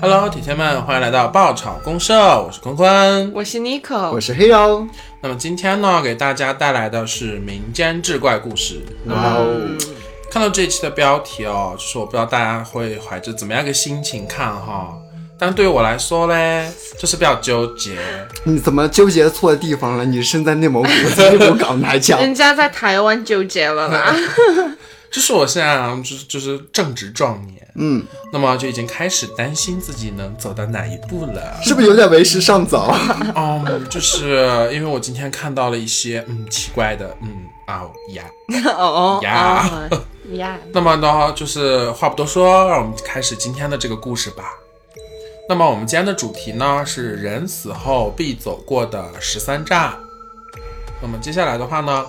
Hello，铁铁们，欢迎来到爆炒公社，我是坤坤。我是 Nico，我是黑妖，那么今天呢，给大家带来的是民间志怪故事。哇哦，看到这一期的标题哦，就是我不知道大家会怀着怎么样一个心情看哈、但对于我来说嘞，就是比较纠结。你怎么纠结错地方了？你身在内蒙古，内蒙古港 来讲，人家在台湾纠结了啦。 就是我现在啊，就是就是正值壮年，嗯，那么就已经开始担心自己能走到哪一步了。是不是有点为时尚早？嗯，就是因为我今天看到了一些嗯奇怪的嗯啊呀。哦哦呀哦呀，那么呢，就是话不多说，让我们开始今天的这个故事吧。那么我们今天的主题呢是人死后必走过的十三站。那么接下来的话呢，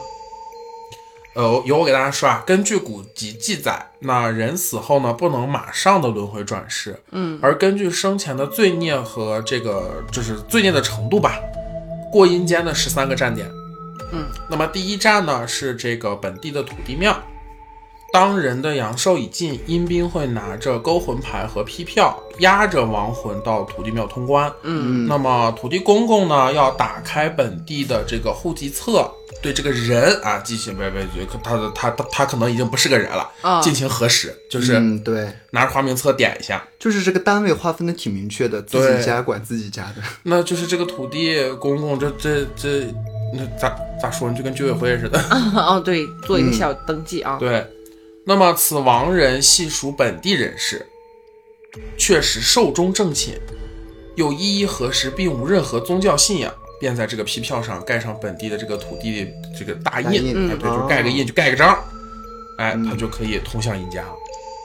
呃，由我给大家说啊，根据古籍记载，那人死后呢不能马上的轮回转世，嗯，而根据生前的罪孽和这个就是罪孽的程度吧，过阴间的十三个站点，嗯，那么第一站呢是这个本地的土地庙。当人的阳寿已尽，阴兵会拿着勾魂牌和批票，押着亡魂到土地庙通关。嗯，那么土地公公呢，要打开本地的这个户籍册，对这个人啊进行呗呗，可他的他他他可能已经不是个人了，哦进行核实，就是嗯，对，拿着花名册点一下。就是这个单位划分的挺明确的，自对己家管自己家的，那就是这个土地公公，这这这，那咋咋说呢？就跟居委会似的。哦对，做一个小登记啊。嗯对，那么此亡人系属本地人士，确实寿终正寝，又一一核实，并无任何宗教信仰，便在这个批票上盖上本地的这个土地的这个大大印，印哎，对，就哦盖个印，就盖个章，哎，他嗯就可以通向阴家了。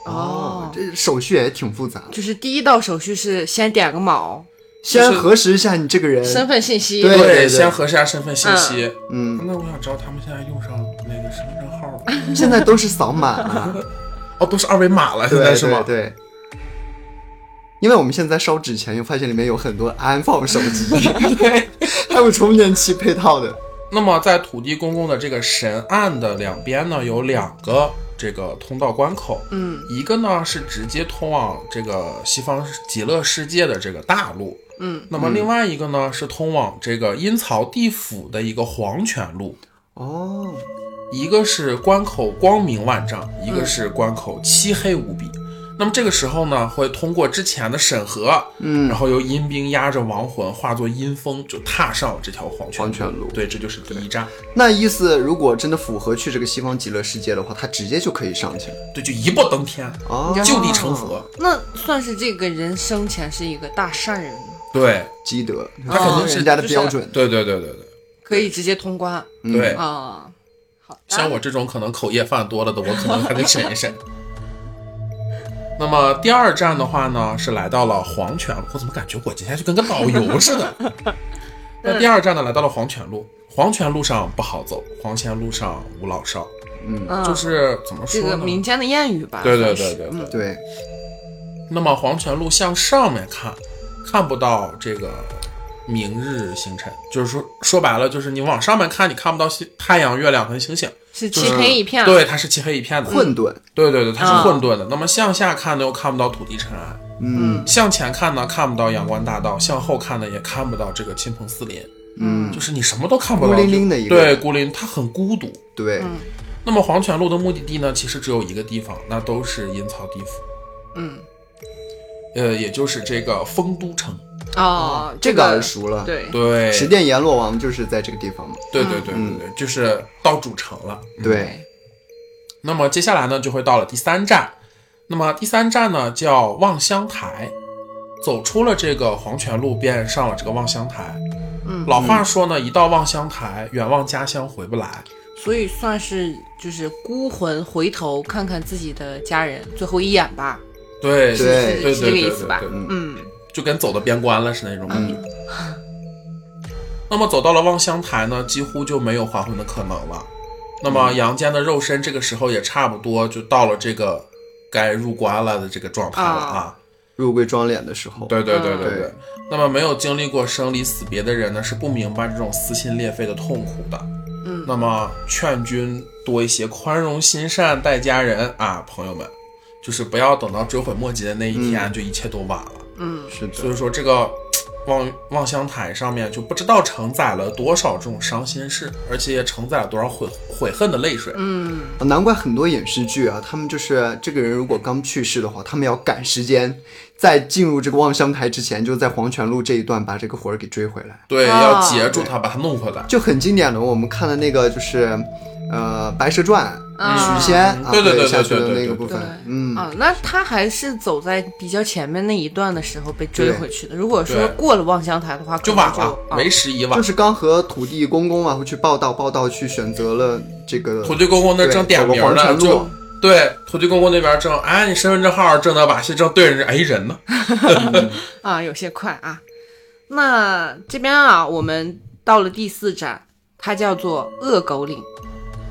哦，这手续也挺复杂的，就是第一道手续是先点个卯，先核实一下你这个人，身份信息。对先核实一下身份信息。嗯，那我想知道他们现在用上那个身份证号了吗，现在都是扫码了，哦，都是二维码了，现在对是吗对？对。因为我们现在烧纸钱，又发现里面有很多安放手机，对， 还有充电器配套的，那么在土地公公的这个神案的两边呢，有两个这个通道关口，嗯，一个呢是直接通往这个西方极乐世界的这个大路，嗯，那么另外一个呢是通往这个阴曹地府的一个黄泉路，哦，一个是关口光明万丈，一个是关口漆黑无比。那么这个时候呢，会通过之前的审核，嗯然后由阴兵压着亡魂，化作阴风，就踏上这条黄泉黄泉路对，这就是第一站。那意思，如果真的符合去这个西方极乐世界的话，他直接就可以上去了。对，就一步登天，哦就地成佛。那算是这个人生前是一个大善人吗，对，积德，他肯定是人家的标准。对对对对对可以直接通关啊、嗯哦对。好的，像我这种可能口业犯多了的，我可能还得审一审。 那么第二站的话呢，是来到了黄泉路。我怎么感觉我今天就跟个导游似 的？嗯那第二站呢，来到了黄泉路。黄泉路上不好走，黄泉路上无老少，嗯，就是怎么这说个呢？民间的谚语吧。对对算是对对对嗯对，那么黄泉路向上面看，看不到这个明日星辰，就是说说白了，就是你往上面看，你看不到星太阳、月亮和星星，是就漆是黑一片。对，，它是漆黑一片的。混沌，对对对，它是啊混沌的。那么向下看呢，又看不到土地尘埃；嗯向前看呢，看不到阳关大道；向后看呢，也看不到这个亲朋四邻，嗯，就是你什么都看不到，孤零零的一个对，孤零，它很孤独。对，嗯那么黄泉路的目的地呢，其实只有一个地方，那都是阴曹地府，嗯，呃，也就是这个丰都城。嗯哦，这这个个耳熟了。，对，对，十殿阎罗王就是在这个地方嘛。对对对嗯对对，就是到主城了。嗯对，那么接下来呢，就会到了第三站。那么第三站呢，叫望乡台。走出了这个黄泉路，便上了这个望乡台。嗯老话说呢，一到望乡台，远望家乡回不来。所以算是就是孤魂回头看看自己的家人最后一眼吧，对是对是对是对这个对意思吧对对嗯嗯就跟走到边关了是那种感觉。嗯嗯那么走到了望乡台呢，几乎就没有还魂的可能了。那么嗯阳间的肉身这个时候也差不多就到了这个该入关了的这个状态了啊。入柜装脸的时候，对对对对嗯对。那么没有经历过生离死别的人呢，是不明白这种撕心裂肺的痛苦的。嗯，那么劝君多一些宽容心善待家人啊，朋友们，就是不要等到追悔莫及的那一天，就一切都晚了。嗯，是所的，以说这个望望乡台上面就不知道承载了多少这种伤心事，而且也承载了多少悔悔恨的泪水。嗯，难怪很多影视剧啊，他们就是这个人如果刚去世的话，他们要赶时间，在进入这个望乡台之前，就在黄泉路这一段把这个魂儿给追回来，对，啊要截住他，把他弄回来。就很经典的。我们看的那个就是，呃，《白蛇传》啊许仙啊，嗯对对对对下去对的对那个对部对分，，嗯，啊，那他还是走在比较前面那一段的时候被追对回去的。如果说对过了望乡台的话，就可能晚了，啊为时已晚就。是刚和土地公公啊会去报道，报道去选择了这个土地公公那对正点走个名黄呢，泉路就对土地公公那边正，哎，你身份证号正那把戏正对着，哎，人呢？啊，有些快啊。那这边啊，我们到了第四站，它叫做恶狗岭。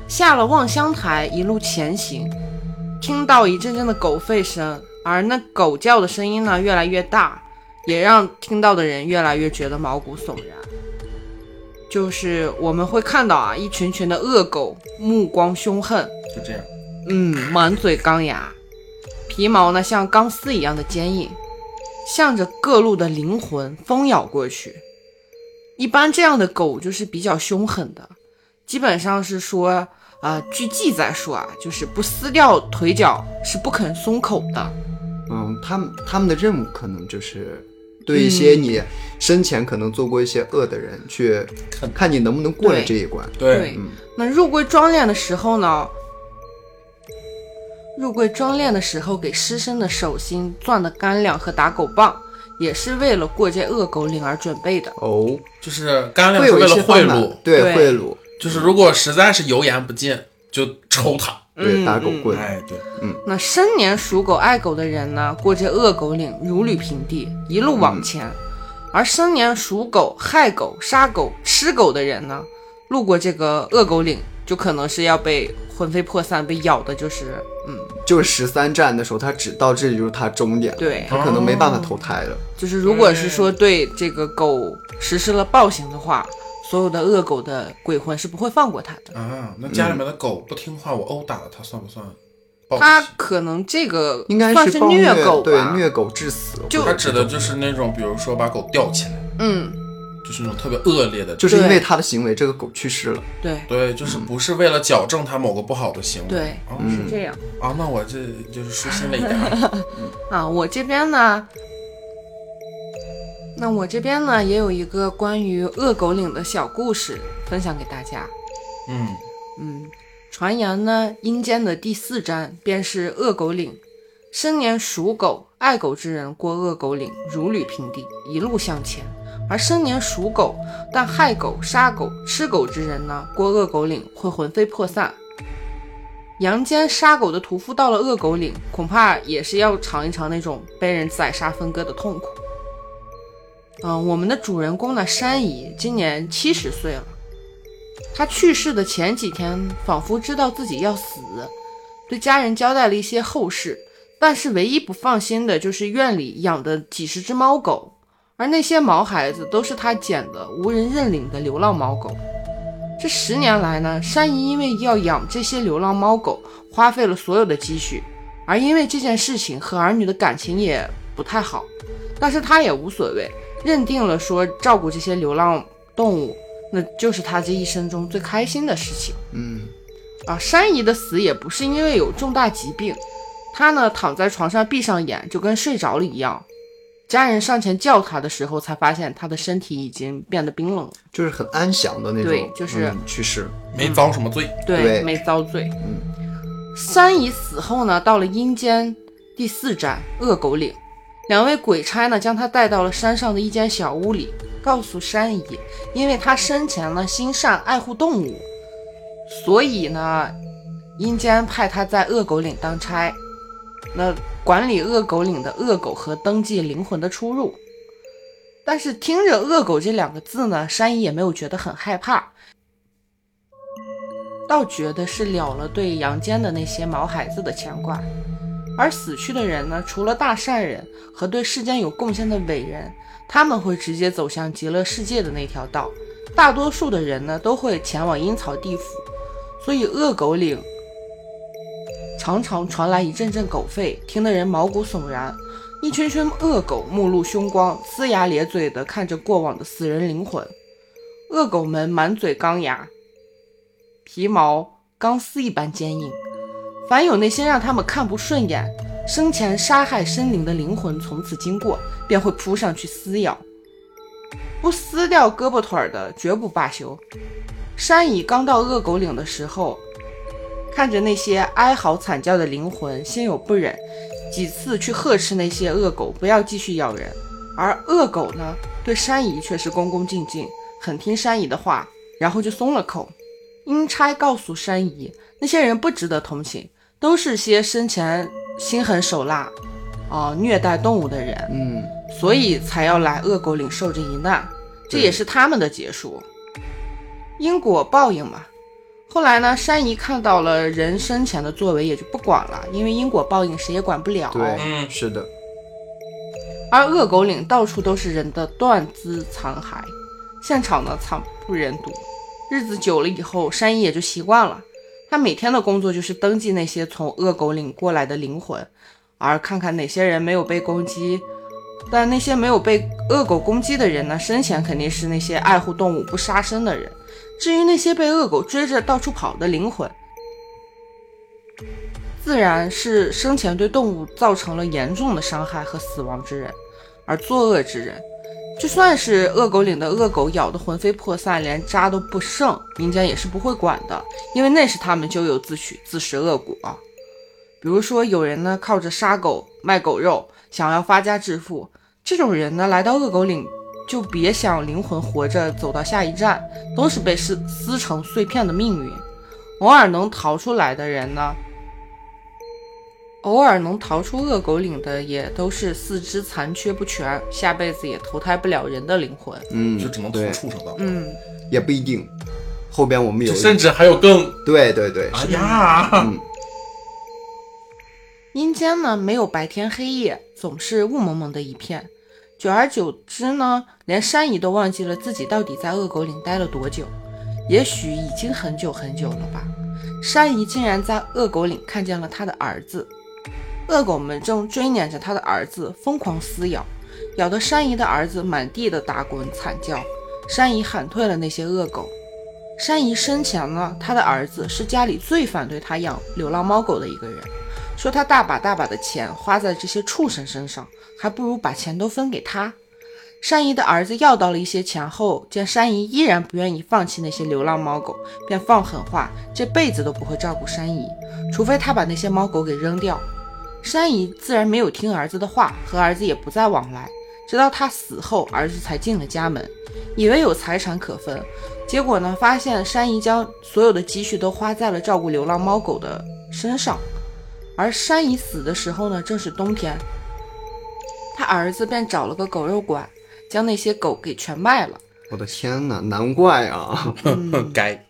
下了望乡台，一路前行，听到一阵阵的狗吠声，而那狗叫的声音呢越来越大，也让听到的人越来越觉得毛骨悚然。就是我们会看到啊，一群群的恶狗，目光凶狠，就这样，嗯，满嘴钢牙，皮毛呢像钢丝一样的坚硬，向着各路的灵魂疯咬过去。一般这样的狗就是比较凶狠的，基本上是说啊、呃据记载说啊，就是不撕掉腿脚是不肯松口的。嗯，他们他们的任务可能就是对一些你生前可能做过一些恶的人，去看看你能不能过了对这一关。对，那入柜装殓的时候呢，入柜装殓的时候给尸身的手心攥的干粮和打狗棒，也是为了过这恶狗岭而准备的。哦，就是干粮会是有为一了些贿方法赂，对对贿赂，就是如果实在是油盐不进，就抽他。对打狗棍，哎，对，那生年属狗爱狗的人呢，过这恶狗岭如履平地，一路往前；而生年属狗害狗、杀狗、吃狗的人呢，路过这个恶狗岭，就可能是要被魂飞魄散，被咬的，就是嗯，就是十三站的时候，他只到这里就是他终点了，对他可能没办哦法投胎了。就是如果是说对这个狗实施了暴行的话，所有的恶狗的鬼魂是不会放过它的。啊，那家里面的狗不听话，我殴打了它算不算报它复？可能这个哦应该算暴虐虐狗对吧，虐狗致死，就它指的就是那种，比如说把狗吊起来，嗯，就是那种特别恶劣的，就是因对为他的行为，这个狗去世了。对对，就是不是为了矫正它某个不好的行为。对，啊，嗯是这样。是啊，那我这就是舒心了一点儿。啊，我这边呢，那我这边呢也有一个关于恶狗岭的小故事分享给大家。嗯，嗯，传言呢，阴间的第四站便是恶狗岭，生年属狗爱狗之人过恶狗岭如履平地，一路向前；而生年属狗但害狗、杀狗、吃狗之人呢，过恶狗岭会魂飞魄散。阳间杀狗的屠夫到了恶狗岭，恐怕也是要尝一尝那种被人宰杀分割的痛苦。嗯，我们的主人公呢，山姨今年七十岁了。他去世的前几天，仿佛知道自己要死，对家人交代了一些后事。但是唯一不放心的就是院里养的几十只猫狗，而那些毛孩子都是他捡的无人认领的流浪猫狗。这十年来呢，山姨因为要养这些流浪猫狗，花费了所有的积蓄，而因为这件事情和儿女的感情也不太好，但是她也无所谓，认定了说照顾这些流浪动物，那就是她这一生中最开心的事情。嗯，啊，山姨的死也不是因为有重大疾病，她呢躺在床上闭上眼，就跟睡着了一样。家人上前叫她的时候，才发现她的身体已经变得冰冷了。就是很安详的那种，对就是嗯去世。没遭什么罪。对，对没遭罪。嗯，三姨死后呢，到了阴间第四站恶狗岭，两位鬼差呢将她带到了山上的一间小屋里，告诉山姨，因为她生前呢心善爱护动物，所以呢，阴间派她在恶狗岭当差，那管理恶狗岭的恶狗和登记灵魂的出入。但是听着“恶狗”这两个字呢，山姨也没有觉得很害怕，倒觉得是了了对阳间的那些毛孩子的牵挂。而死去的人呢，除了大善人和对世间有贡献的伟人，他们会直接走向极乐世界的那条道。大多数的人呢，都会前往阴曹地府，所以恶狗岭常常传来一阵阵狗吠，听得人毛骨悚然。一群群恶狗目露凶光，呲牙咧嘴地看着过往的死人灵魂。恶狗们满嘴钢牙，皮毛钢丝一般坚硬。凡有那些让他们看不顺眼、生前杀害生灵的灵魂从此经过，便会扑上去撕咬。不撕掉胳膊腿儿的，绝不罢休。山乙刚到恶狗岭的时候，看着那些哀嚎惨叫的灵魂，心有不忍，几次去呵斥那些恶狗不要继续咬人。而恶狗呢，对山乙却是恭恭敬敬，很听山乙的话，然后就松了口。阴差告诉山姨，那些人不值得同情，都是些生前心狠手辣，啊、虐待动物的人，嗯，所以才要来恶狗岭受这一难，这也是他们的结束，因果报应嘛。后来呢，山姨看到了人生前的作为，也就不管了，因为因果报应谁也管不了。对，嗯是的，而恶狗岭到处都是人的断肢残骸，现场呢惨不忍睹。日子久了以后，山一也就习惯了。他每天的工作就是登记那些从恶狗岭过来的灵魂，而看看哪些人没有被攻击。但那些没有被恶狗攻击的人呢，生前肯定是那些爱护动物不杀生的人。至于那些被恶狗追着到处跑的灵魂，自然是生前对动物造成了严重的伤害和死亡之人，而作恶之人，就算是恶狗岭的恶狗咬得魂飞魄散，连渣都不剩，民间也是不会管的，因为那是他们咎由自取，自食恶果。啊比如说，有人呢靠着杀狗卖狗肉，想要发家致富，这种人呢来到恶狗岭，就别想灵魂活着走到下一站，都是被撕撕成碎片的命运。偶尔能逃出来的人呢，偶尔能逃出恶狗岭的，也都是四肢残缺不全，下辈子也投胎不了人的灵魂。嗯，就只能投对，畜生道。嗯，也不一定。后边我们有一，甚至还有更对对 对，哎呀，嗯，阴间呢没有白天黑夜，总是雾蒙蒙的一片。久而久之呢，连山姨都忘记了自己到底在恶狗岭待了多久，也许已经很久很久了吧。山姨竟然在恶狗岭看见了她的儿子，恶狗们正追撵着她的儿子疯狂撕咬，咬得山姨的儿子满地的打滚惨叫。山姨喊退了那些恶狗。山姨生前呢，她的儿子是家里最反对她养流浪猫狗的一个人。说他大把大把的钱花在这些畜生身上，还不如把钱都分给他。山姨的儿子要到了一些钱后，见山姨依然不愿意放弃那些流浪猫狗，便放狠话，这辈子都不会照顾山姨，除非他把那些猫狗给扔掉。山姨自然没有听儿子的话，和儿子也不再往来。直到他死后，儿子才进了家门，以为有财产可分，结果呢，发现山姨将所有的积蓄都花在了照顾流浪猫狗的身上。而山姨死的时候呢，正是冬天，他儿子便找了个狗肉馆，将那些狗给全卖了。我的天哪，难怪啊，嗯 哼该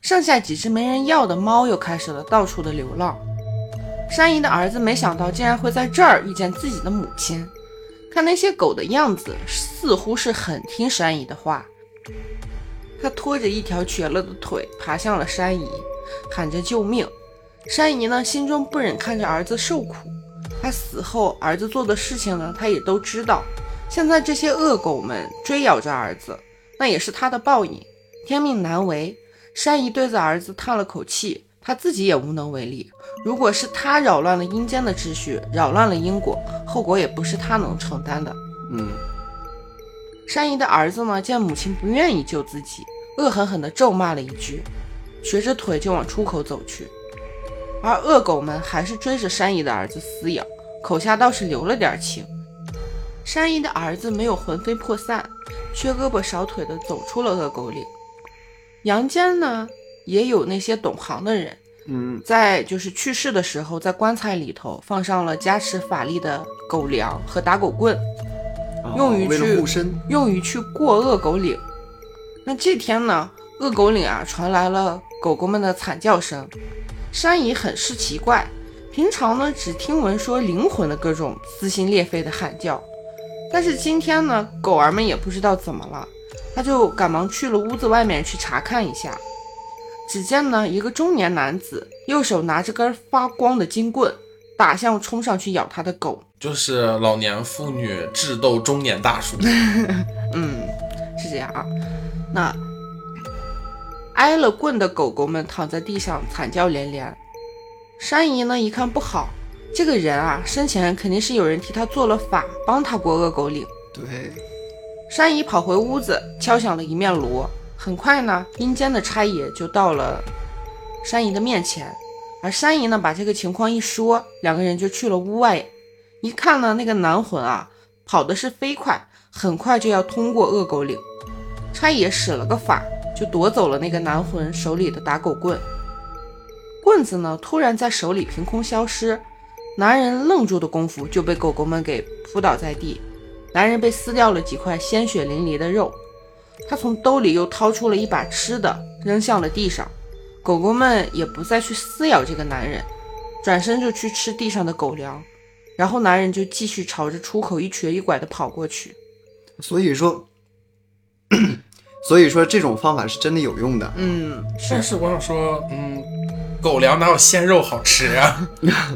剩下几只没人要的猫又开始了到处的流浪。山姨的儿子没想到竟然会在这儿遇见自己的母亲，看那些狗的样子，似乎是很听山姨的话。他拖着一条瘸了的腿爬向了山姨，喊着救命。山姨呢，心中不忍看着儿子受苦。他死后，儿子做的事情呢，他也都知道。现在这些恶狗们追咬着儿子，那也是他的报应，天命难违。山姨对着儿子叹了口气，她自己也无能为力。如果是她扰乱了阴间的秩序，扰乱了因果，后果也不是她能承担的。 嗯，山姨的儿子呢，见母亲不愿意救自己，恶狠狠地咒骂了一句，瘸着腿就往出口走去。而恶狗们还是追着山姨的儿子撕咬，口下倒是留了点情。山姨的儿子没有魂飞魄散，缺胳膊少腿的走出了恶狗岭。阳间呢，也有那些懂行的人，嗯，在就是去世的时候，在棺材里头放上了加持法力的狗粮和打狗棍，哦用于为去了护身，用于去过恶狗岭。那这天呢，恶狗岭啊传来了狗狗们的惨叫声。山姨很是奇怪，平常呢只听闻说灵魂的各种撕心裂肺的喊叫，但是今天呢，狗儿们也不知道怎么了，他就赶忙去了屋子外面去查看一下。只见呢，一个中年男子右手拿着根发光的金棍，打向冲上去咬他的狗。就是老年妇女智斗中年大 叔，嗯，是这样啊。那挨了棍的狗狗们躺在地上惨叫连连。山姨呢一看不好，这个人啊，生前肯定是有人替他做了法，帮他过恶狗岭。对，山姨跑回屋子，敲响了一面锣。很快呢，阴间的差爷就到了山姨的面前，而山姨呢，把这个情况一说，两个人就去了屋外。一看呢，那个男魂啊，跑的是飞快，很快就要通过恶狗岭。差爷使了个法，就夺走了那个男魂手里的打狗棍。棍子呢，突然在手里凭空消失，男人愣住的功夫就被狗狗们给扑倒在地。男人被撕掉了几块鲜血淋漓的肉，他从兜里又掏出了一把吃的，扔向了地上。狗狗们也不再去撕咬这个男人，转身就去吃地上的狗粮。然后男人就继续朝着出口一瘸一拐地跑过去。所以说， 所以说这种方法是真的有用的。 嗯，但是我想说，嗯，狗粮哪有鲜肉好吃啊？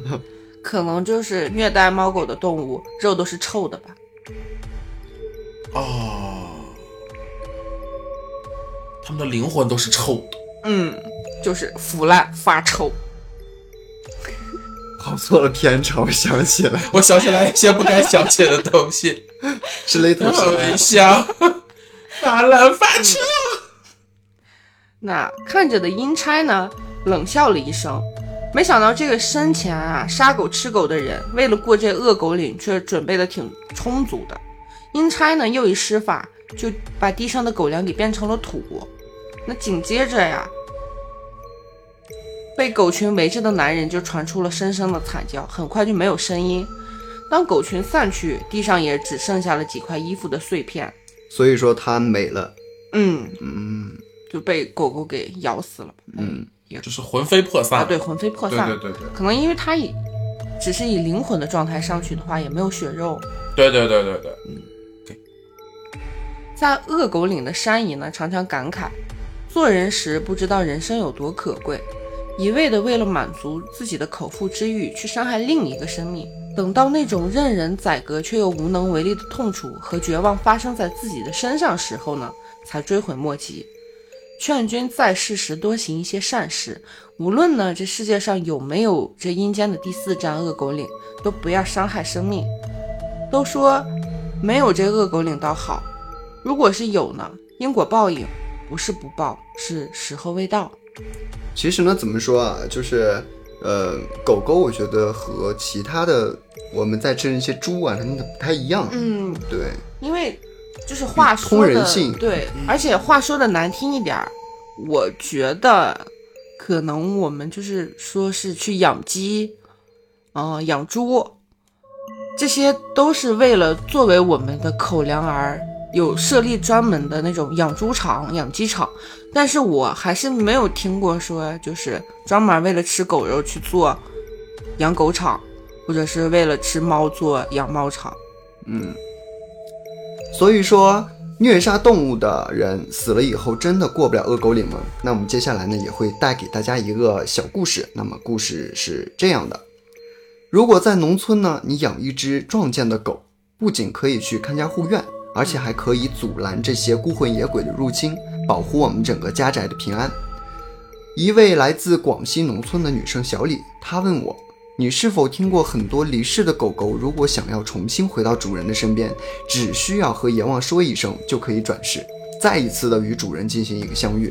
可能就是虐待猫狗的动物肉都是臭的吧。哦，他们的灵魂都是臭的。嗯，就是腐烂发臭。跑错了片场，我想起来我想起来一些不该想起的东 西，是嗯雷同好什么呀微笑，发烂发臭。那看着的阴差呢，冷笑了一声，没想到这个生前啊杀狗吃狗的人，为了过这恶狗岭，却准备的挺充足的。阴差呢又一施法，就把地上的狗粮给变成了土。那紧接着呀，被狗群围着的男人就传出了声声的惨叫，很快就没有声音。当狗群散去，地上也只剩下了几块衣服的碎片。所以说他美了，嗯，嗯就被狗狗给咬死了。嗯，就是魂飞魄啊，散。对，魂飞魄对散。对对对可能因为他以只是以灵魂的状态上去的话，也没有血肉。对对对对对，在恶狗岭的山姨呢，常常感慨，做人时不知道人生有多可贵，一味的为了满足自己的口腹之欲去伤害另一个生命，等到那种任人宰割却又无能为力的痛楚和绝望发生在自己的身上时候呢，才追悔莫及。劝君在世时多行一些善事，无论呢这世界上有没有这阴间的第四站恶狗岭，都不要伤害生命。都说没有这恶狗岭倒好，如果是有呢，因果报应不是不报，是时候未到。其实呢，怎么说啊，就是呃，狗狗我觉得和其他的我们在吃那些猪啊什么的不太一样，嗯，对，因为就是话通说的人性对，而且话说的难听一点儿，我觉得可能我们就是说是去养鸡，嗯、养猪，这些都是为了作为我们的口粮而有设立专门的那种养猪场、养鸡场，但是我还是没有听过说就是专门为了吃狗肉去做养狗场，或者是为了吃猫做养猫场。嗯，所以说虐杀动物的人死了以后，真的过不了恶狗岭吗？那我们接下来呢，也会带给大家一个小故事。那么故事是这样的：如果在农村呢，你养一只壮健的狗，不仅可以去看家护院，而且还可以阻拦这些孤魂野鬼的入侵，保护我们整个家宅的平安。一位来自广西农村的女生小李，她问我：“你是否听过很多离世的狗狗，如果想要重新回到主人的身边，只需要和阎王说一声就可以转世，再一次的与主人进行一个相遇？”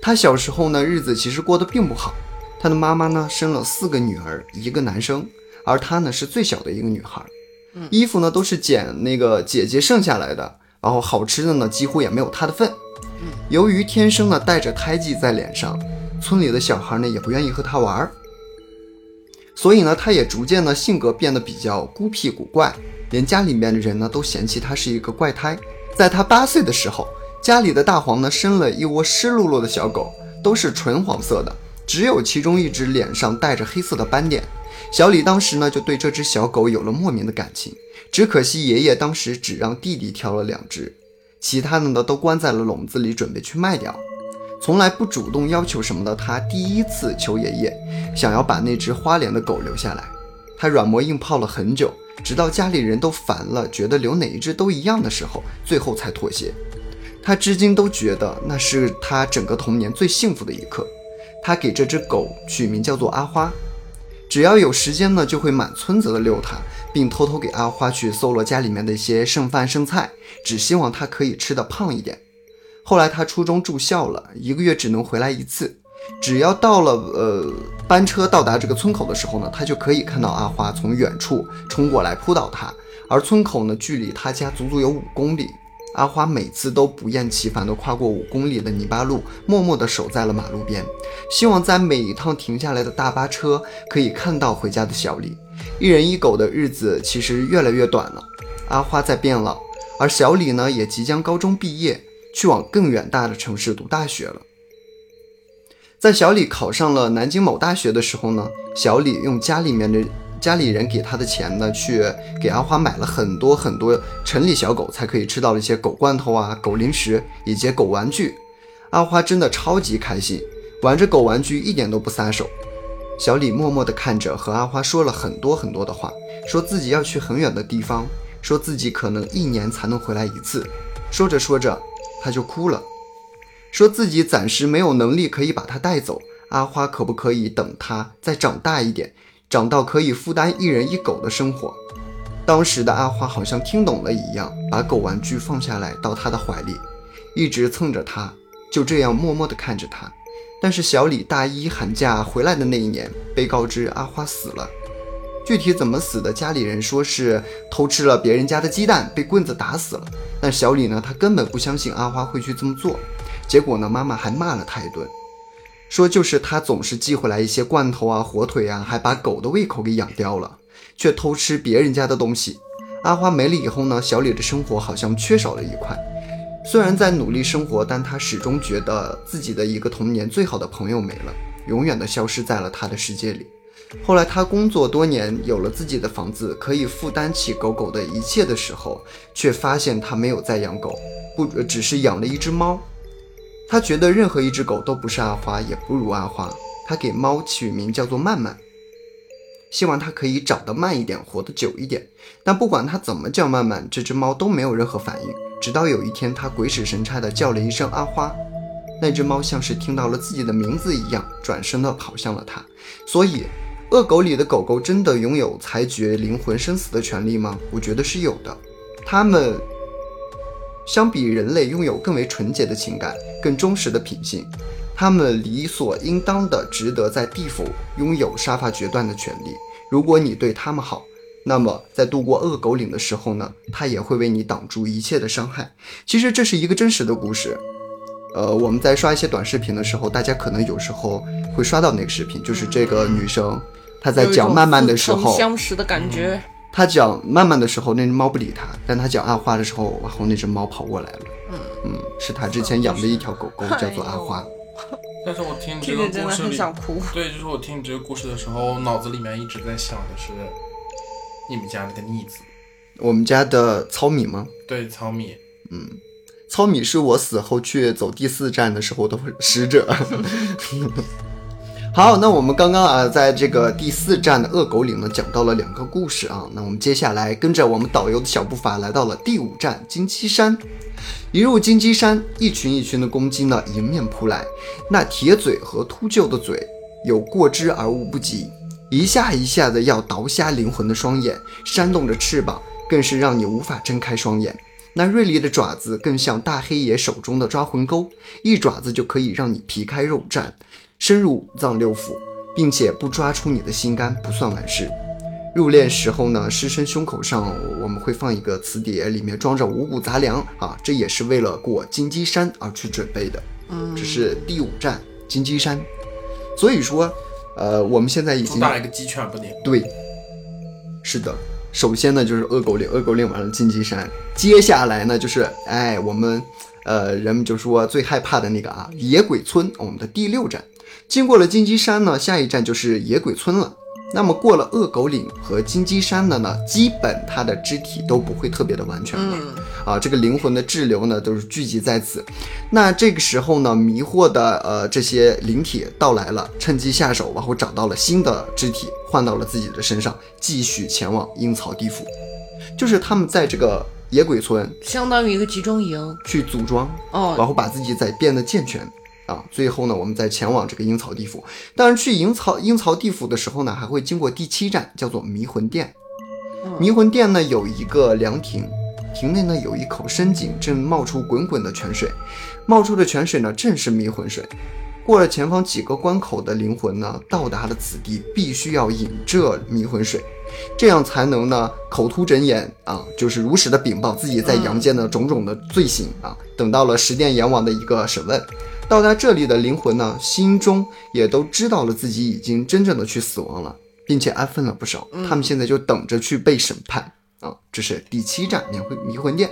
她小时候呢，日子其实过得并不好。她的妈妈呢，生了四个女儿，一个男生，而她呢是最小的一个女孩。衣服呢都是捡那个姐姐剩下来的，然后好吃的呢几乎也没有她的份。由于天生呢带着胎记在脸上，村里的小孩呢也不愿意和他玩儿，所以呢，他也逐渐的性格变得比较孤僻古怪，连家里面的人呢都嫌弃他是一个怪胎。在他八岁的时候，家里的大黄呢生了一窝湿漉漉的小狗，都是纯黄色的，只有其中一只脸上带着黑色的斑点。小李当时呢就对这只小狗有了莫名的感情，只可惜爷爷当时只让弟弟挑了两只，其他的呢都关在了笼子里准备去卖掉。从来不主动要求什么的他，第一次求爷爷想要把那只花脸的狗留下来，他软磨硬泡了很久，直到家里人都烦了，觉得留哪一只都一样的时候，最后才妥协。他至今都觉得那是他整个童年最幸福的一刻。他给这只狗取名叫做阿花，只要有时间呢，就会满村子的遛它，并偷偷给阿花去搜罗家里面的一些剩饭剩菜，只希望它可以吃得胖一点。后来他初中住校了，一个月只能回来一次。只要到了呃班车到达这个村口的时候呢，他就可以看到阿花从远处冲过来扑倒他，而村口呢距离他家足足有五公里。阿花每次都不厌其烦地跨过五公里的泥巴路，默默地守在了马路边，希望在每一趟停下来的大巴车可以看到回家的小李。一人一狗的日子其实越来越短了，阿花在变老，而小李呢也即将高中毕业，去往更远大的城市读大学了。在小李考上了南京某大学的时候呢，小李用家里面的家里人给他的钱呢，去给阿花买了很多很多城里小狗才可以吃到的一些狗罐头啊、狗零食以及狗玩具。阿花真的超级开心，玩着狗玩具一点都不撒手。小李默默地看着，和阿花说了很多很多的话，说自己要去很远的地方，说自己可能一年才能回来一次。说着说着，他就哭了。说自己暂时没有能力可以把它带走，阿花可不可以等它再长大一点，长到可以负担一人一狗的生活？当时的阿花好像听懂了一样，把狗玩具放下来到他的怀里，一直蹭着他，就这样默默地看着他。但是小李大一寒假回来的那一年，被告知阿花死了，具体怎么死的，家里人说是偷吃了别人家的鸡蛋，被棍子打死了。但小李呢，他根本不相信阿花会去这么做。结果呢，妈妈还骂了他一顿，说就是他总是寄回来一些罐头啊、火腿啊，还把狗的胃口给养刁了，却偷吃别人家的东西。阿花没了以后呢，小李的生活好像缺少了一块。虽然在努力生活，但他始终觉得自己的一个童年最好的朋友没了，永远的消失在了他的世界里。后来他工作多年，有了自己的房子，可以负担起狗狗的一切的时候，却发现他没有再养狗，不只是养了一只猫。他觉得任何一只狗都不是阿花，也不如阿花。他给猫取名叫做曼曼，希望它可以长得慢一点，活得久一点。但不管它怎么叫曼曼，这只猫都没有任何反应。直到有一天，它鬼使神差地叫了一声“阿花”，那只猫像是听到了自己的名字一样，转身地跑向了它。所以，恶狗里的狗狗真的拥有裁决灵魂生死的权利吗？我觉得是有的。它们。相比人类拥有更为纯洁的情感、更忠实的品性，他们理所应当的值得在地府拥有杀伐决断的权利。如果你对他们好，那么在度过恶狗岭的时候呢，它也会为你挡住一切的伤害。其实这是一个真实的故事。呃，我们在刷一些短视频的时候，大家可能有时候会刷到那个视频，就是这个女生她在讲慢慢的时有一种似候曾，相识的感觉，他讲慢慢的时候，那只猫不理他；但他讲阿花的时候，然后那只猫跑过来了。嗯是他之前养的一条狗狗，叫做阿哎花。但是我听你这听个着真故的事很里，想哭。 对，就是我听你这个故事的时候，我脑子里面一直在想的是你们家那个腻子，我们家的糙米吗？对，糙米，糙米是我死后去走第四站的时候的使者。好，那我们刚刚啊，在这个第四站的恶狗岭呢，讲到了两个故事啊。那我们接下来跟着我们导游的小步伐，来到了第五站金鸡山。一入金鸡山，一群一群的公鸡呢迎面扑来，那铁嘴和秃鹫的嘴有过之而无不及，一下一下的要倒瞎灵魂的双眼，扇动着翅膀，更是让你无法睁开双眼。那锐利的爪子更像大黑爷手中的抓魂钩，一爪子就可以让你皮开肉绽，深入五脏六腑，并且不抓出你的心肝不算完事。入殓时候呢，尸身胸口上我们会放一个瓷碟，里面装着五谷杂粮啊，这也是为了过金鸡山而去准备的。嗯，这是第五站金鸡山，所以说，呃，我们现在已主经打一个鸡犬不宁。对，是的。首先呢，就是恶狗岭，恶狗岭完了金鸡山，接下来呢，就是哎，我们呃，人们就说最害怕的那个啊，野鬼村，我们的第六站。经过了金鸡山呢，下一站就是野鬼村了。那么过了恶狗岭和金鸡山的呢，基本它的肢体都不会特别的完全了。嗯，啊，这个灵魂的滞留呢，都是聚集在此。那这个时候呢，迷惑的呃这些灵体到来了，趁机下手，然后找到了新的肢体，换到了自己的身上，继续前往阴曹地府。就是他们在这个野鬼村相当于一个集中营去组装，哦，然后把自己再变得健全啊。最后呢，我们再前往这个阴曹地府。当然，去阴曹阴曹地府的时候呢，还会经过第七站，叫做迷魂殿。嗯迷魂殿呢有一个凉亭，亭内呢有一口深井，正冒出滚滚的泉水，冒出的泉水呢正是迷魂水。过了前方几个关口的灵魂呢，到达了此地，必须要饮这迷魂水，这样才能呢口吐真言啊，就是如实的禀报自己在阳间的种种的罪行啊。等到了十殿阎王的一个审问，到达这里的灵魂呢，心中也都知道了自己已经真正的去死亡了，并且安分了不少。嗯他们现在就等着去被审判啊！这是第七站年会嗯迷魂殿。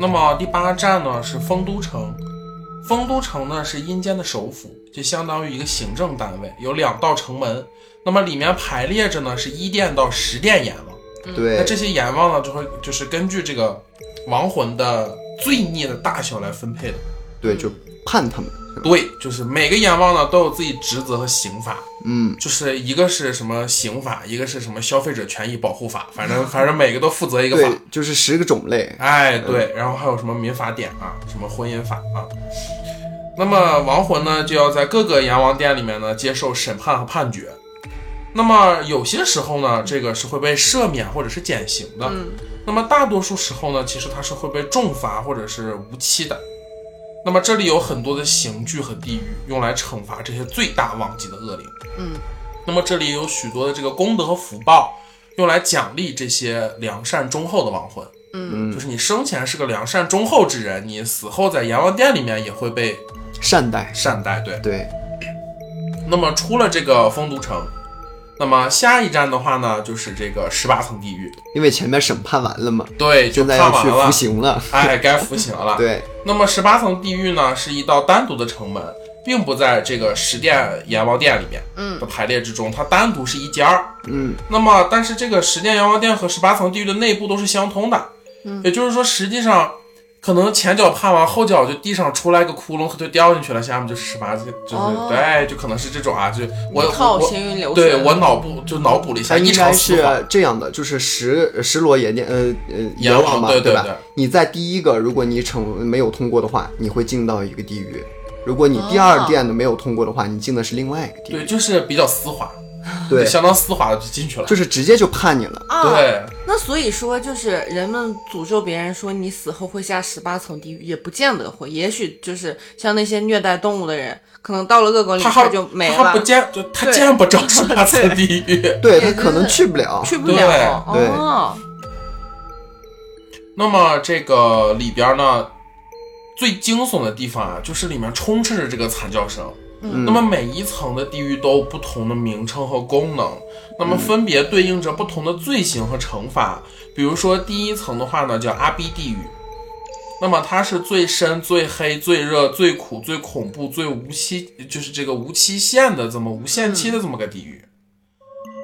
那么第八站呢是丰都城，丰都城呢是阴间的首府，就相当于一个行政单位，有两道城门。那么里面排列着呢是一殿到十殿阎王，那对，这些阎王呢就会就是根据这个亡魂的罪孽的大小来分配的。对，就判他们。是吧对，就是每个阎王呢都有自己职责和刑法，嗯，就是一个是什么刑法，一个是什么消费者权益保护法，反正反正每个都负责一个法。对，就是十个种类。哎，对，然后还有什么民法典啊，什么婚姻法啊。那么亡魂呢，就要在各个阎王殿里面呢接受审判和判决。那么有些时候呢，这个是会被赦免或者是减刑的。那么大多数时候呢，其实它是会被重罚或者是无期的。那么这里有很多的刑具和地狱，用来惩罚这些罪大妄极的恶灵。嗯，那么这里有许多的这个功德和福报，用来奖励这些良善忠厚的亡魂。嗯就是你生前是个良善忠厚之人，你死后在阎王殿里面也会被善待。善待。对，对，那么出了这个丰都城，那么下一站的话呢，就是这个十八层地狱。因为前面审判完了嘛，对，就现在判要完去了服，刑了。哎，该服刑 了。对，那么十八层地狱呢，是一道单独的城门，并不在这个十殿阎王殿里面嗯的排列之中，它单独是一间儿。嗯，那么，但是这个十殿阎王殿和十八层地狱的内部都是相通的，嗯也就是说，实际上可能前脚判完，后脚就地上出来个窟窿，它就掉进去了，下面就是十八，就是、哦对，就可能是这种啊，就我一套我行云流水，对我脑部就脑补了一下，它一应场该死是法，这样的，就是十十罗阎殿，呃呃，阎阎王王嘛，对对吧对？你在第一个，如果你成没有通过的话，你会进到一个地狱；如果你第二哦殿的没有通过的话，你进的是另外一个地对，狱。就是比较丝滑，对，相当丝滑的就进去了，就是直接就判你了。啊。对，那所以说，就是人们诅咒别人说你死后会下十八层地狱，也不见得会。也许就是像那些虐待动物的人，可能到了恶狗里他还嗯就没他还不了，见，就他对见不着十八层地狱。对对他可能去不了。去不对了。对哦，那么这个里边呢，最惊悚的地方啊，就是里面充斥着这个惨叫声。嗯那么每一层的地狱都有不同的名称和功能，那嗯么分别对应着不同的罪行和惩罚。比如说第一层的话呢，叫阿鼻地狱，那么它是最深、最黑、最热、最苦、最恐怖、最无期，就是这个无期限的这么无限嗯期的这么个地狱。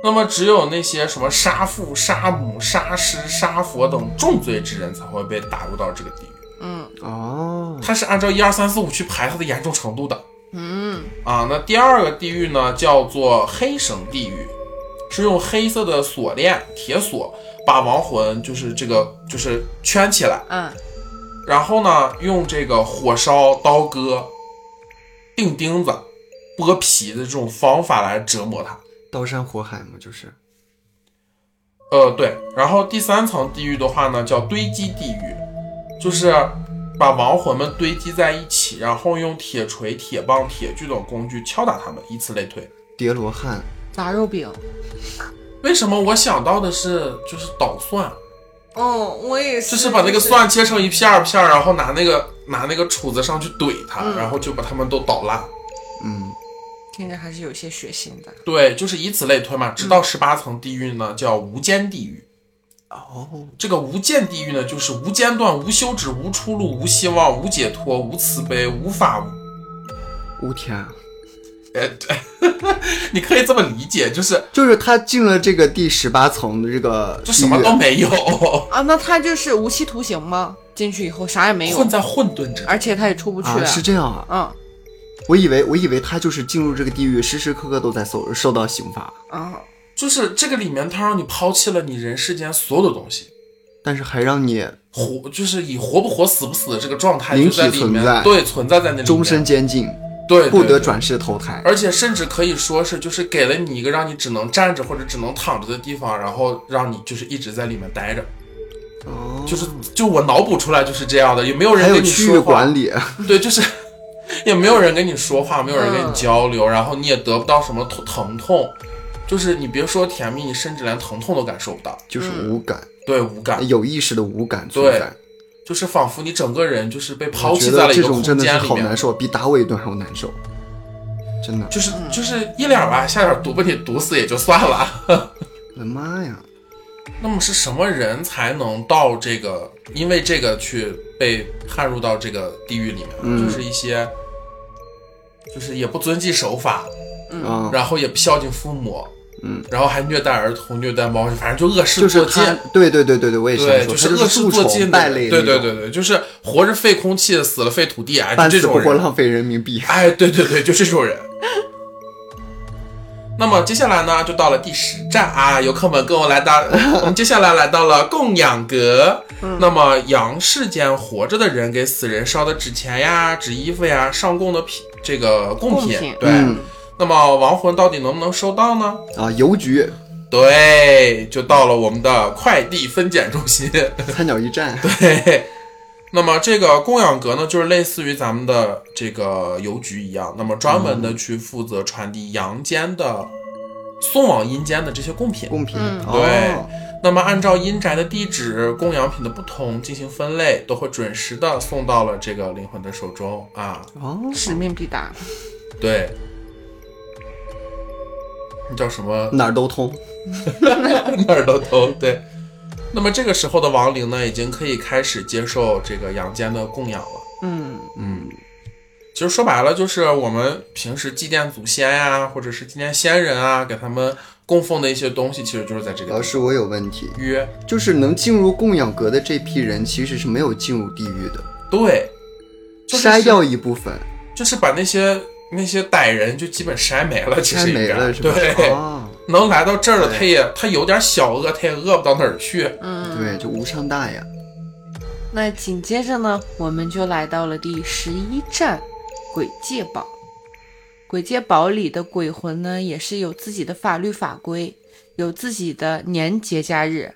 那么只有那些什么杀父、杀母、杀师、杀佛等重罪之人才会被打入到这个地狱。嗯哦，它是按照一二三四五去排它的严重程度的。嗯啊，那第二个地狱呢，叫做黑绳地狱，是用黑色的锁链、铁锁把亡魂就是这个就是圈起来，嗯，然后呢，用这个火烧、刀割、钉钉子、剥皮的这种方法来折磨他。刀山火海嘛，就是呃，对，然后第三层地狱的话呢，叫堆积地狱，就是把亡魂们堆积在一起，然后用铁锤、铁棒、铁锯等工具敲打他们，以此类推。叠罗汉。打肉饼。为什么我想到的是就是捣蒜，哦，我也是。就是把那个蒜切成一片儿片儿，然后拿那个拿那个杵子上去怼它，嗯然后就把它们都捣烂。嗯，听着还是有些血腥的。对，就是以此类推嘛，直到十八层地狱呢，叫无间地狱。哦，这个无间地狱呢，就是无间断、无休止、无出路、无希望、无解脱、无慈悲、无法无我天啊，呃，对你可以这么理解，就是就是他进了这个第十八层的这个就区什么域都，没有，啊，那他就是无期徒刑吗？进去以后啥也没有混，在混沌之中。而且他也出不去啊，是这样啊。嗯我以为我以为他就是进入这个地狱，时时刻刻都在受受到刑罚，啊，就是这个里面，他让你抛弃了你人世间所有的东西，但是还让你活就是以活不活、死不死的这个状态灵就体在里面，存在对，存在在那里面，终身监禁，对，对不得对转世投胎。而且甚至可以说是，就是给了你一个让你只能站着或者只能躺着的地方，然后让你就是一直在里面待着，哦，就是就我脑补出来就是这样的，也没有还人有跟你区域说话，管理，啊对，就是 也没有人跟你说话，没有人跟你交流，然后你也得不到什么疼疼痛，就是你别说甜蜜，你甚至连疼痛都感受不到，就是无感，对，无感，有意识的无感存嗯对在。就是仿佛你整个人就是被抛我觉弃在得了一这个空种真的是间里好面难，受，比打我一顿还要难受，真的。就是就是一两吧，下点毒把你毒死也就算了。我的妈呀！那么是什么人才能到这个？因为这个去被判入到这个地狱里面，嗯就是一些，就是也不遵纪守法，啊、嗯然后也不孝敬父母，嗯，然后还虐待儿童、虐待猫，反正就恶事就做是尽他。，对对对对对，我也想对，说，是他恶就是事蛀做虫尽败的，类对那对种，对对，就是活着费空气，死了费土地啊，半就死这不种活人。浪费人民币。 哎，对对对，就是这种人。那么接下来呢，就到了第十站啊，游客们跟我来 到，我们接下来来到了供养阁。嗯那么阳世间活着的人给死人烧的纸钱呀、纸衣服呀、上供的品这个贡贡品，品对。嗯那么亡魂到底能不能收到呢？啊，邮局对，就到了我们的快递分拣中心。菜鸟驿站，对，那么这个供养阁呢，就是类似于咱们的这个邮局一样，那么专门的去负责传递阳间的送往阴间的这些贡品。贡品、嗯哦，那么按照阴宅的地址、供养品的不同进行分类，都会准时的送到了这个灵魂的手中啊。哦，使命必达。对，那叫什么？哪儿都通， 哪儿都通。对。那么这个时候的亡灵呢，已经可以开始接受这个阳间的供养了。嗯，嗯，其实说白了，就是我们平时祭奠祖先呀、或者是祭奠先人啊，给他们供奉的一些东西，其实就是在这个地老方师，我有问题，约。就是能进入供养阁的这批人，其实是没有进入地狱的，对，就是筛掉一部分，就是把那些那些歹人就基本筛没了，其筛实应没该了是吧？对， 哦，能来到这儿的，他也他有点小恶，他也恶不到哪儿去。嗯对，就无伤大雅。那紧接着呢，我们就来到了第十一站——鬼界堡。鬼界堡里的鬼魂呢，也是有自己的法律法规，有自己的年节假日。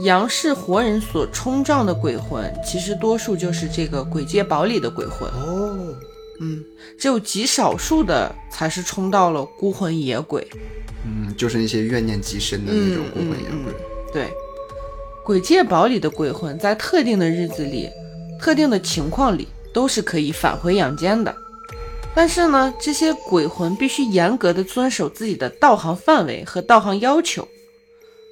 阳世活人所冲撞的鬼魂，其实多数就是这个鬼界堡里的鬼魂，嗯哦，只有极少数的才是冲到了孤魂野鬼。嗯，就是那些怨念极深的那种孤魂野嗯嗯鬼嗯。对，鬼界堡里的鬼魂在特定的日子里、特定的情况里都是可以返回阳间的。但是呢，这些鬼魂必须严格的遵守自己的道行范围和道行要求，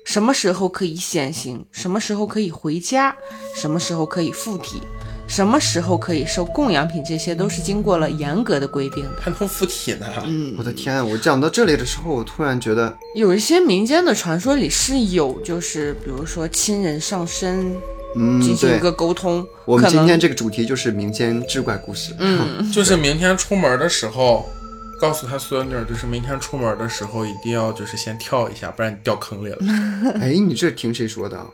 什么时候可以显形，什么时候可以回家，什么时候可以附体，什么时候可以收供养品，这些都是经过了严格的规定的。还能附体呢，嗯，我的天啊，我讲到这里的时候，我突然觉得有一些民间的传说里是有，就是比如说亲人上身嗯进，行一对，个沟通，我们可今能天这个主题就是民间志怪故 事。嗯就是明天出门的时候，告诉他孙女儿，就是明天出门的时候一定要就是先跳一下，不然你掉坑里了 哎，你这听谁说的啊？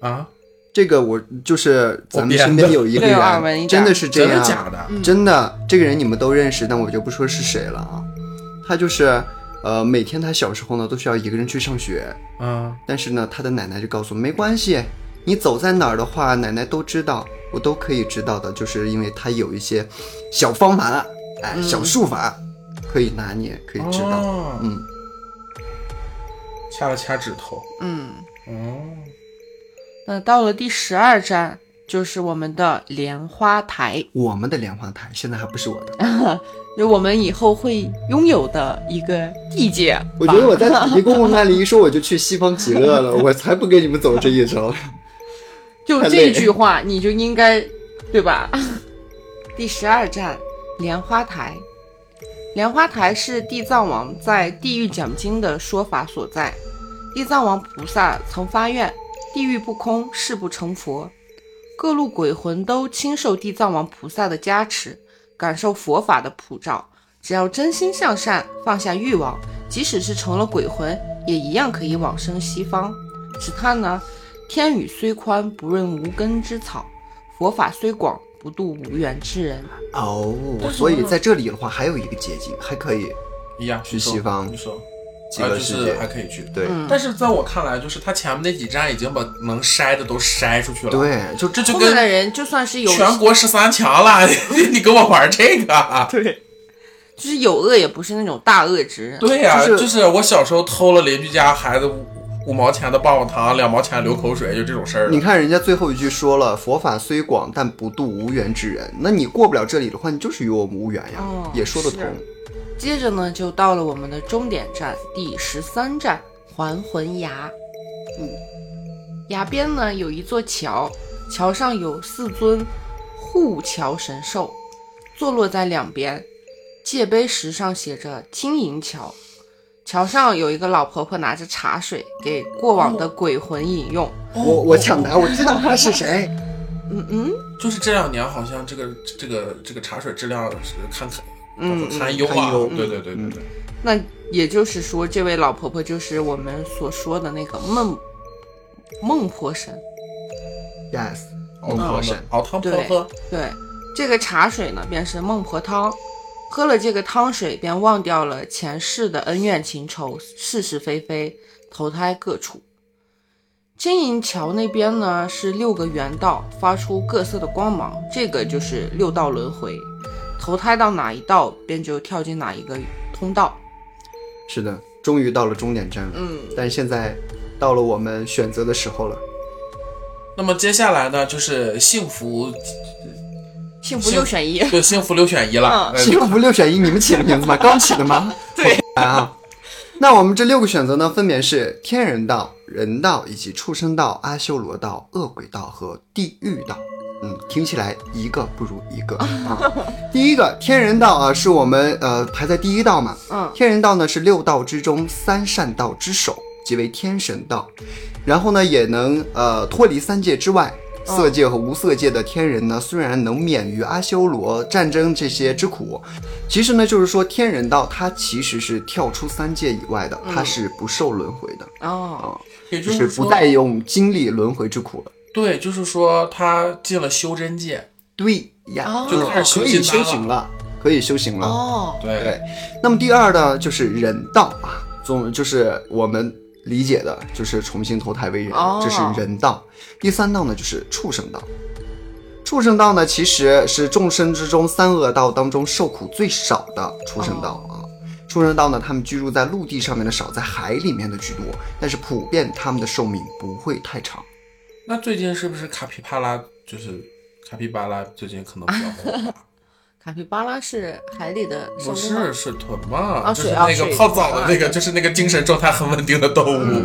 啊！这这个我就是咱们身我编边的有一 个对有耳闻人，啊一点真的是这真的样，嗯假的？真的，这个人你们都认识，但我就不说是谁了啊。他就是，呃，每天他小时候呢都需要一个人去上学，啊，但是呢，他的奶奶就告诉我没关系，你走在哪儿的话，奶奶都知道，我都可以知道的，就是因为他有一些小方法，哎，小术法可以拿捏，可以知道。哦嗯，掐了掐指头。嗯。哦，那到了第十二站，就是我们的莲花台，我们的莲花台现在还不是我的，就我们以后会拥有的一个地界。我觉得我在土地公公那里一说，我就去西方极乐了，我才不跟你们走这一招。 就太累这句话，你就应 该对吧？第十二站莲花台，莲花台是地藏王在《地狱讲经》的说法所在。地藏王菩萨曾发愿：地狱不空，誓不成佛。各路鬼魂都亲受地藏王菩萨的加持，感受佛法的普照。只要真心向善，放下欲望，即使是成了鬼魂，也一样可以往生西方。只叹呢，天宇虽宽，不润无根之草；佛法虽广，不渡无缘之人。哦，所以在这里的话，还有一个捷径，还可以一样去西方你说，极啊，乐就世是界还。可以去。对但是在我看来，就是他前面那几站已经把能筛的都筛出去了，，对， 就这就后面的跟人就算是有，全国十三强了， 你你跟我玩这个啊？对，就是有恶也不是那种大恶之人。对呀、就是就是我小时候偷了邻居家孩子五五毛钱的棒棒糖，两毛钱流口水，就这种事儿你了。看人家最后一句说了，佛法虽广，但不渡无缘之人。那你过不了这里的话，你就是与我们无缘呀，哦也说得是通。接着呢，就到了我们的终点站第十三站还魂崖。嗯，崖边呢有一座桥，桥上有四尊护桥神兽，坐落在两边。界碑石上写着“金银桥”，桥上有一个老婆婆拿着茶水给过往的鬼魂饮用。我我抢答，我知道他是谁。嗯嗯，就是这两年好像这个这个这个茶水质量是堪堪嗯堪忧堪啊忧，对对对对对，嗯那也就是说，这位老婆婆就是我们所说的那个孟孟婆神。 Yes，熬孟汤婆呢神，熬汤泼对喝，对，这个茶水呢便是孟婆汤，喝了这个汤水便忘掉了前世的恩怨情仇、是是非非、投胎各处。金银桥那边呢是六个圆道，发出各色的光芒，这个就是六道轮回，投胎到哪一道便就跳进哪一个通道。是的，终于到了终点站了。嗯，但现在到了我们选择的时候了。那么接下来呢，就是幸福，幸福六幸 选一，就幸福六选一了。嗯呃幸福六选一，你们起的名字吗？刚起的吗？对啊。那我们这六个选择呢，分别是天人道、人道以及畜生道、阿修罗道、恶鬼道和地狱道。嗯，听起来一个不如一个啊。第一个天人道啊，是我们呃排在第一道嘛。嗯天人道呢是六道之中三善道之首，即为天神道。然后呢，也能呃脱离三界之外，嗯色界和无色界的天人呢，虽然能免于阿修罗战争这些之苦，其实呢，就是说天人道它其实是跳出三界以外的，它是不受轮回的，啊哦，嗯也就就是是不说，再用经历轮回之苦了。对，就是说他进了修真界，对呀哦，就开始修可以心修丹行了。了，可以修行了。哦，对对，那么第二呢，就是人道啊，总就是我们理解的，就是重新投胎为人，哦这是人道。第三道呢，就是畜生道。畜生道呢，其实是众生之中三恶道当中受苦最少的畜生道啊。畜生道呢，他们居住在陆地上面的少，在海里面的居多，但是普遍他们的寿命不会太长。那最近是不是卡皮巴拉就是卡皮巴拉最近可能比较火吧？卡皮巴拉是海里的生不物吗是，是豚嘛，啊哦就是水啊那水个泡澡的啊那个，就是那个精神状态很稳定的动嗯物。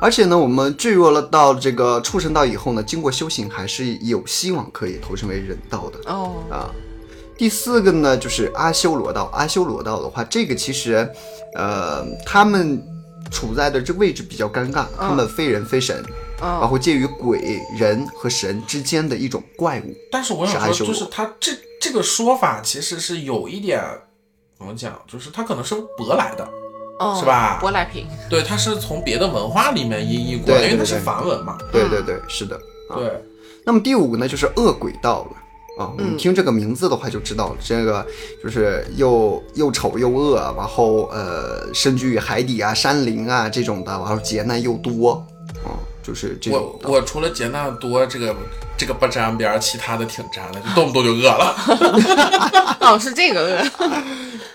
而且呢，我们坠落了到这个畜生道以后呢，经过修行还是有希望可以投身为人道的。哦，啊。第四个呢，就是阿修罗道。阿修罗道的话，这个其实，呃，他们处在的这位置比较尴尬，嗯他们非人非神，哦然后介于鬼、人和神之间的一种怪物。但是我是想害说，羞就是他这这个说法其实是有一点怎么讲，就是他可能是舶来的，哦是吧舶来品， 对，他是从别的文化里面音译过来，对因为它对是对梵文嘛。对对嗯对，是的。啊对，那么第五个呢，就是恶鬼道了。啊，嗯我们听这个名字的话就知道了，这个就是又又丑又恶，然后呃，身居于海底啊、山林啊这种的，然后劫难又多，啊，就是这种我的。我除了杰纳多这个这个不沾边儿，其他的挺沾的，就动不动就饿了。哦，是这个恶，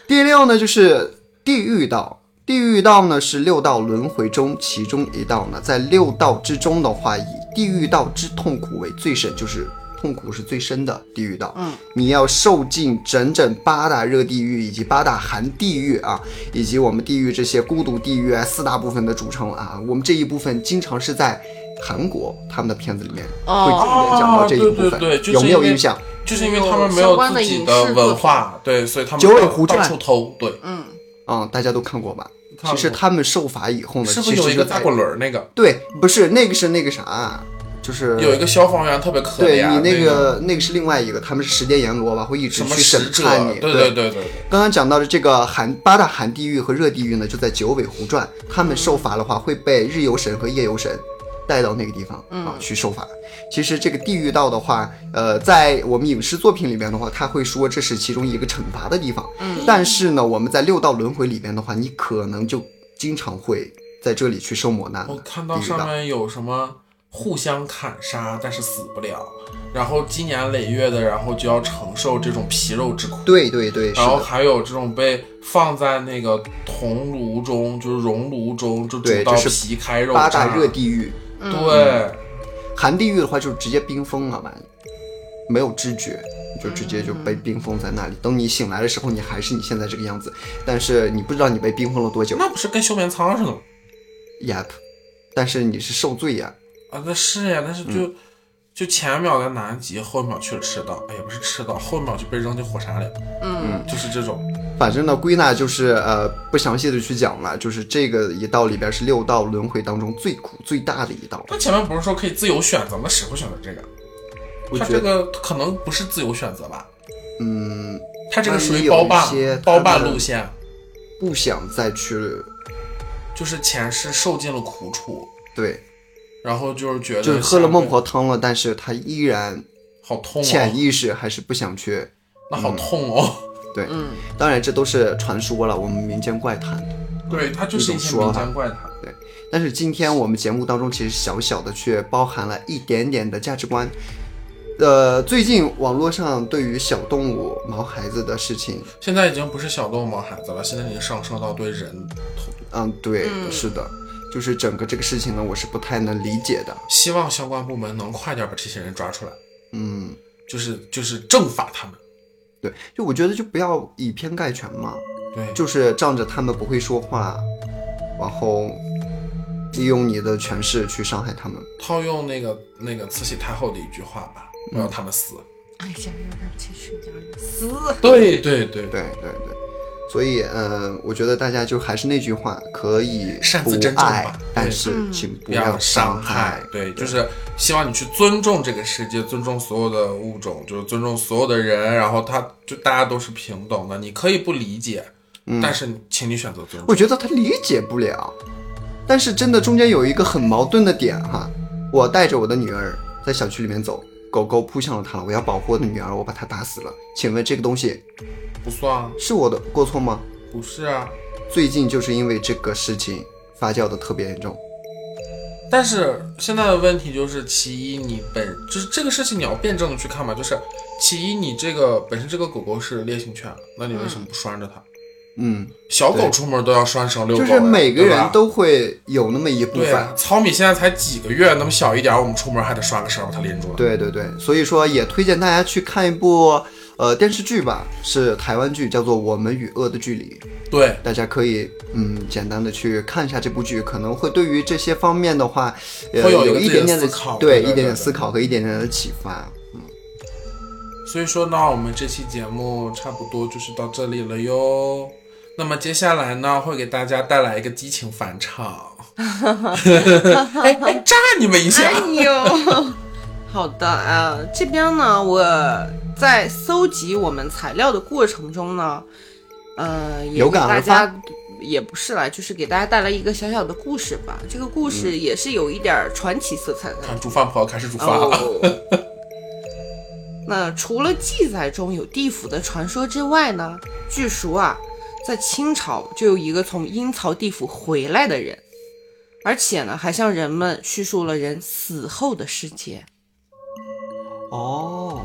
第六呢，就是地狱道。地狱道呢是六道轮回中其中一道呢，在六道之中的话，以地狱道之痛苦为最深，就是痛苦是最深的地狱道。嗯，你要受尽整整八大热地狱以及八大寒地狱啊，以及我们地狱这些孤独地狱啊四大部分的组成啊，我们这一部分经常是在韩国他们的片子里面会哦重点讲到这一部分，哦对对对就是有没有因为印象？就是因为他们没相有关的自己影的视作文品，化，对，所以他们九尾到狐到传处偷，对。嗯，啊、大家都看过吧？看过其实他们受罚以后呢，是不是其实有一个就大滚轮儿那个？对，不是那个是那个啥，就是有一个消防员特别可对怜，啊你那个那个是另外一个，他们是十殿阎罗吧，会一直什么去使审者判你。，对对对对，刚刚讲到的这个寒八大寒地狱和热地狱呢，就在九尾狐传，他们受罚的话会被日游神和夜游神带到那个地方啊去受罚。其实这个地狱道的话，呃，在我们影视作品里面的话，他会说这是其中一个惩罚的地方。嗯，但是呢，我们在六道轮回里面的话，你可能就经常会在这里去受磨难。我看到啊地狱道上面有什么互相砍杀，但是死不了，然后积年累月的，然后就要承受这种皮肉之苦。对对对，是然后的，还有这种被放在那个铜炉中，就是熔炉中，就煮对到这是皮开肉八绽。大热嗯地狱。对，寒地狱的话就是直接冰封了吧，没有知觉，就直接就被冰封在那里。等你醒来的时候，你还是你现在这个样子，但是你不知道你被冰封了多久。那不是跟休眠舱似的吗？ Yep，但是你是受罪呀、啊，那是呀，但是就、嗯就前一秒在南极，后一秒去了赤道，哎也不是赤道，后一秒就被扔进火山里了。嗯，就是这种。反正呢，归纳就是呃，不详细的去讲了，就是这个一道里边是六道轮回当中最苦最大的一道。那前面不是说可以自由选择吗？谁会选择这个？我他觉这得，个可能不是自由选择吧？嗯，他这个属万一于有包一办些他包办们路线，不想再去就是前世受尽了苦楚，对，然后就是觉得就是喝了想孟婆汤了，但是他依然好痛潜哦，意嗯识还是不想去。那好痛哦。对，当然这都是传说了，我们民间怪谈。对，他就是一一些种说民法间怪谈。但是今天我们节目当中其实小小的却包含了一点点的价值观。呃，最近网络上对于小动物毛孩子的事情，现在已经不是小动物毛孩子了，现在已经上升到对人头。嗯，对，嗯是的，就是整个这个事情呢，我是不太能理解的。希望相关部门能快点把这些人抓出来，嗯，就是就是正法他们。对，就我觉得就不要以偏概全嘛，对，就是仗着他们不会说话，然后利用你的权势去伤害他们。套用那个那个慈禧太后的一句话吧，不嗯要他们死。哎呀，这是点死。对对对对对对，所以嗯、呃我觉得大家就还是那句话，可以擅自不珍重爱吧，嗯但对是嗯请不不要伤伤害。对，就是希望你去尊重这个世界，尊重所有的物种，就是尊重所有的人，然后他就大家都是平等的，你可以不理解，嗯但是请你选择尊我重。觉得他理解不了，但是真的中间有一个很矛盾的点哈。我带着我的女儿在小区里面走，狗狗扑向了她，我要保护我的女儿，我把她打死了。请问这个东西不算啊，是我的过错吗？不是啊，最近就是因为这个事情发酵的特别严重。但是现在的问题就是，其一，你本就是这个事情你要辩证的去看嘛，就是其一，你这个本身这个狗狗是烈性犬，那你为什么不拴着它？嗯，小狗对出门都要拴绳遛狗就呀，是每个对吧人都会有那么一部对分啊，糙米现在才几个月，那么小一点儿，我们出门还得拴个绳儿把它拎住了。对对对，所以说也推荐大家去看一部呃电视剧吧，是台湾剧，叫做《我们与恶的距离》，对大家可以嗯简单的去看一下这部剧，可能会对于这些方面的话，呃、会有有一个自一己的点点的思考对对对一点对点思考和一点点的启发。所以说呢，我们这期节目差不多就是到这里了哟。那么接下来呢，会给大家带来一个激情返场。哎哎，炸你们一下！哎 呦，好的啊，呃这边呢，我在搜集我们材料的过程中呢，呃，也有给感大而家也不是啦，就是给大家带来一个小小的故事吧。这个故嗯事也是有一点儿传奇色彩的。看煮饭婆开始煮饭啊了。哦。 那除了记载中有地府的传说之外呢，据说啊，在清朝就有一个从阴曹地府回来的人，而且呢，还向人们叙述了人死后的世界。哦，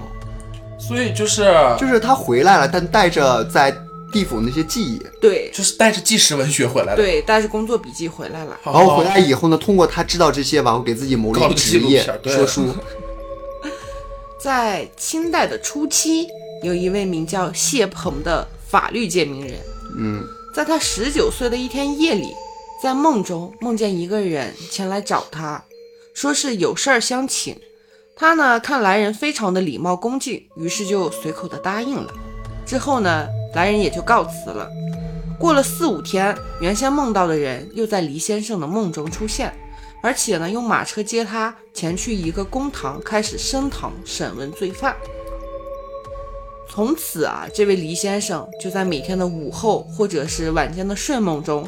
所以就是就是他回来了，但带着在地府那些记忆，哦对就是带着纪实文学回来的。，对，带着工作笔记回来了。然然哦后回来以后呢，通过他知道这些吧，我给自己谋了搞了一个个纪职录业片儿，对说书。在清代的初期，有一位名叫谢鹏的法律界名人，嗯，在他十九岁的一天夜里，在梦中梦见一个人前来找他，说是有事儿相请，他呢看来人非常的礼貌恭敬，于是就随口的答应了。之后呢，来人也就告辞了。过了四五天，原先梦到的人又在黎先生的梦中出现，而且呢，用马车接他前去一个公堂，开始升堂审问罪犯。从此啊，这位黎先生就在每天的午后或者是晚间的睡梦中，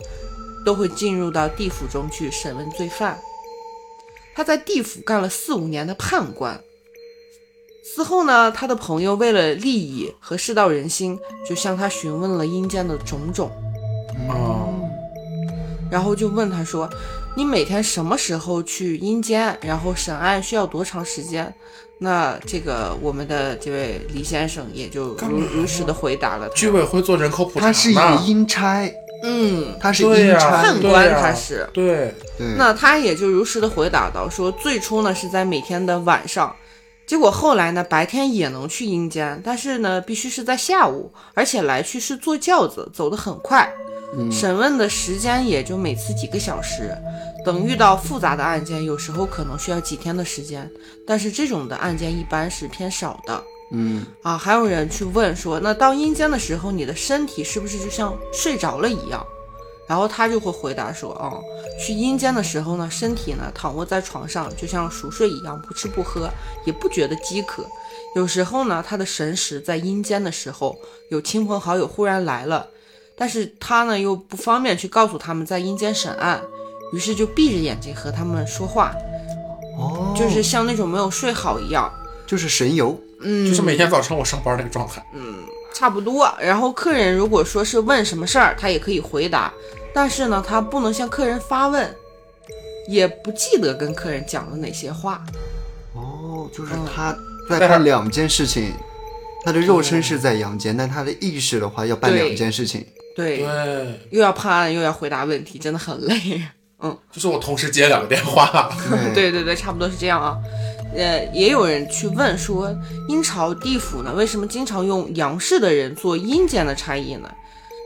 都会进入到地府中去审问罪犯。他在地府干了四五年的判官。此后呢，他的朋友为了利益和世道人心，就向他询问了阴间的种种，哦，然后就问他说：“你每天什么时候去阴间？然后审案需要多长时间？”那这个我们的这位黎先生也就干如嘛如实的回答了他。居委会做人口普查他呢，是一个阴差，嗯，他是啊对啊阴呀、差，判对官呀他是对，对，那他也就如实的回答到说，最初呢是在每天的晚上，结果后来呢白天也能去阴间，但是呢必须是在下午，而且来去是坐轿子，走得很快，嗯审问的时间也就每次几个小时。等遇到复杂的案件，有时候可能需要几天的时间，但是这种的案件一般是偏少的。嗯，啊，还有人去问说，那到阴间的时候，你的身体是不是就像睡着了一样？然后他就会回答说，哦，去阴间的时候呢，身体呢躺卧在床上，就像熟睡一样，不吃不喝，也不觉得饥渴。有时候呢，他的神识在阴间的时候，有亲朋好友忽然来了，但是他呢又不方便去告诉他们在阴间审案，于是就闭着眼睛和他们说话，哦，就是像那种没有睡好一样。就是神游，嗯，就是每天早晨我上班那个状态。嗯差不多。然后客人如果说是问什么事儿，他也可以回答，但是呢，他不能向客人发问，也不记得跟客人讲了哪些话。哦，就是嗯他在但是办两件事情，他的肉身是在阳间，但他的意识的话要办对两件 事情，对，对，又要判案，又要回答问题，真的很累。就是我同时接两个电话。对对对对，差不多是这样啊。呃，也有人去问说，阴曹地府呢，为什么经常用阳世的人做阴间的差役呢？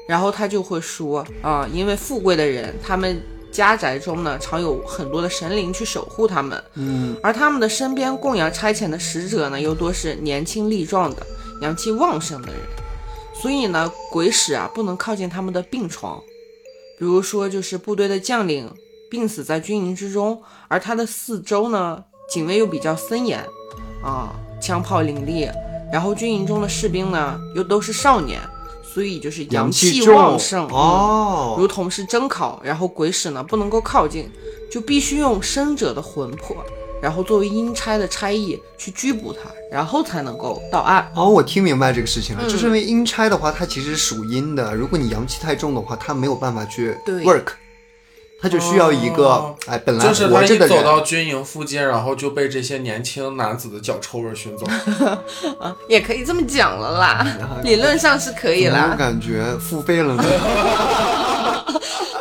然后他就会说啊、因为富贵的人，他们家宅中呢，常有很多的神灵去守护他们，嗯，而他们的身边供养差遣的使者呢，又多是年轻力壮的、阳气旺盛的人，所以呢，鬼使啊不能靠近他们的病床，比如说就是部队的将领病死在军营之中，而他的四周呢，警卫又比较森严，啊，枪炮林立，然后军营中的士兵呢，又都是少年，所以就是阳气气重旺盛，嗯哦，如同是蒸烤，然后鬼使呢不能够靠近，就必须用生者的魂魄，然后作为阴差的差役去拘捕他，然后才能够到案。哦，我听明白这个事情了，嗯就是因为阴差的话，它其实属阴的，如果你阳气太重的话，它没有办法去对 work，它就需要一个、哦哎本来就是他活一着的走人，到军营附近，然后就被这些年轻男子的脚臭味熏走。啊，也可以这么讲了啦，理论上是可以怎么我啦。感觉付 费了呢？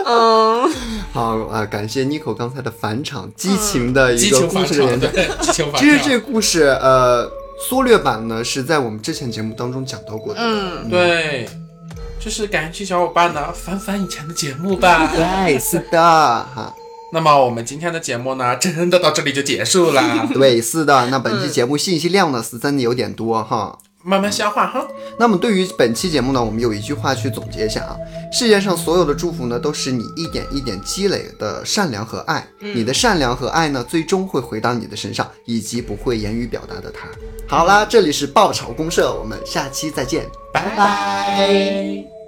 嗯，好啊、感谢 Nico 刚才的返场，激情的一激个情故反事常，的演讲。对，激情反其实常。这个故事，呃，缩略版呢是在我们之前节目当中讲到过的。嗯，对，就是感兴趣小伙伴呢，翻翻以前的节目吧。 对，是的，哈，，那么我们今天的节目呢，真的到这里就结束了 对，是的。那本期节目信息量呢是真的有点多哈。慢慢消化哈。那么对于本期节目呢，我们有一句话去总结一下啊：世界上所有的祝福呢，都是你一点一点积累的善良和爱。你的善良和爱呢，最终会回到你的身上，以及不会言语表达的他。好啦，这里是爆炒公社，我们下期再见，拜拜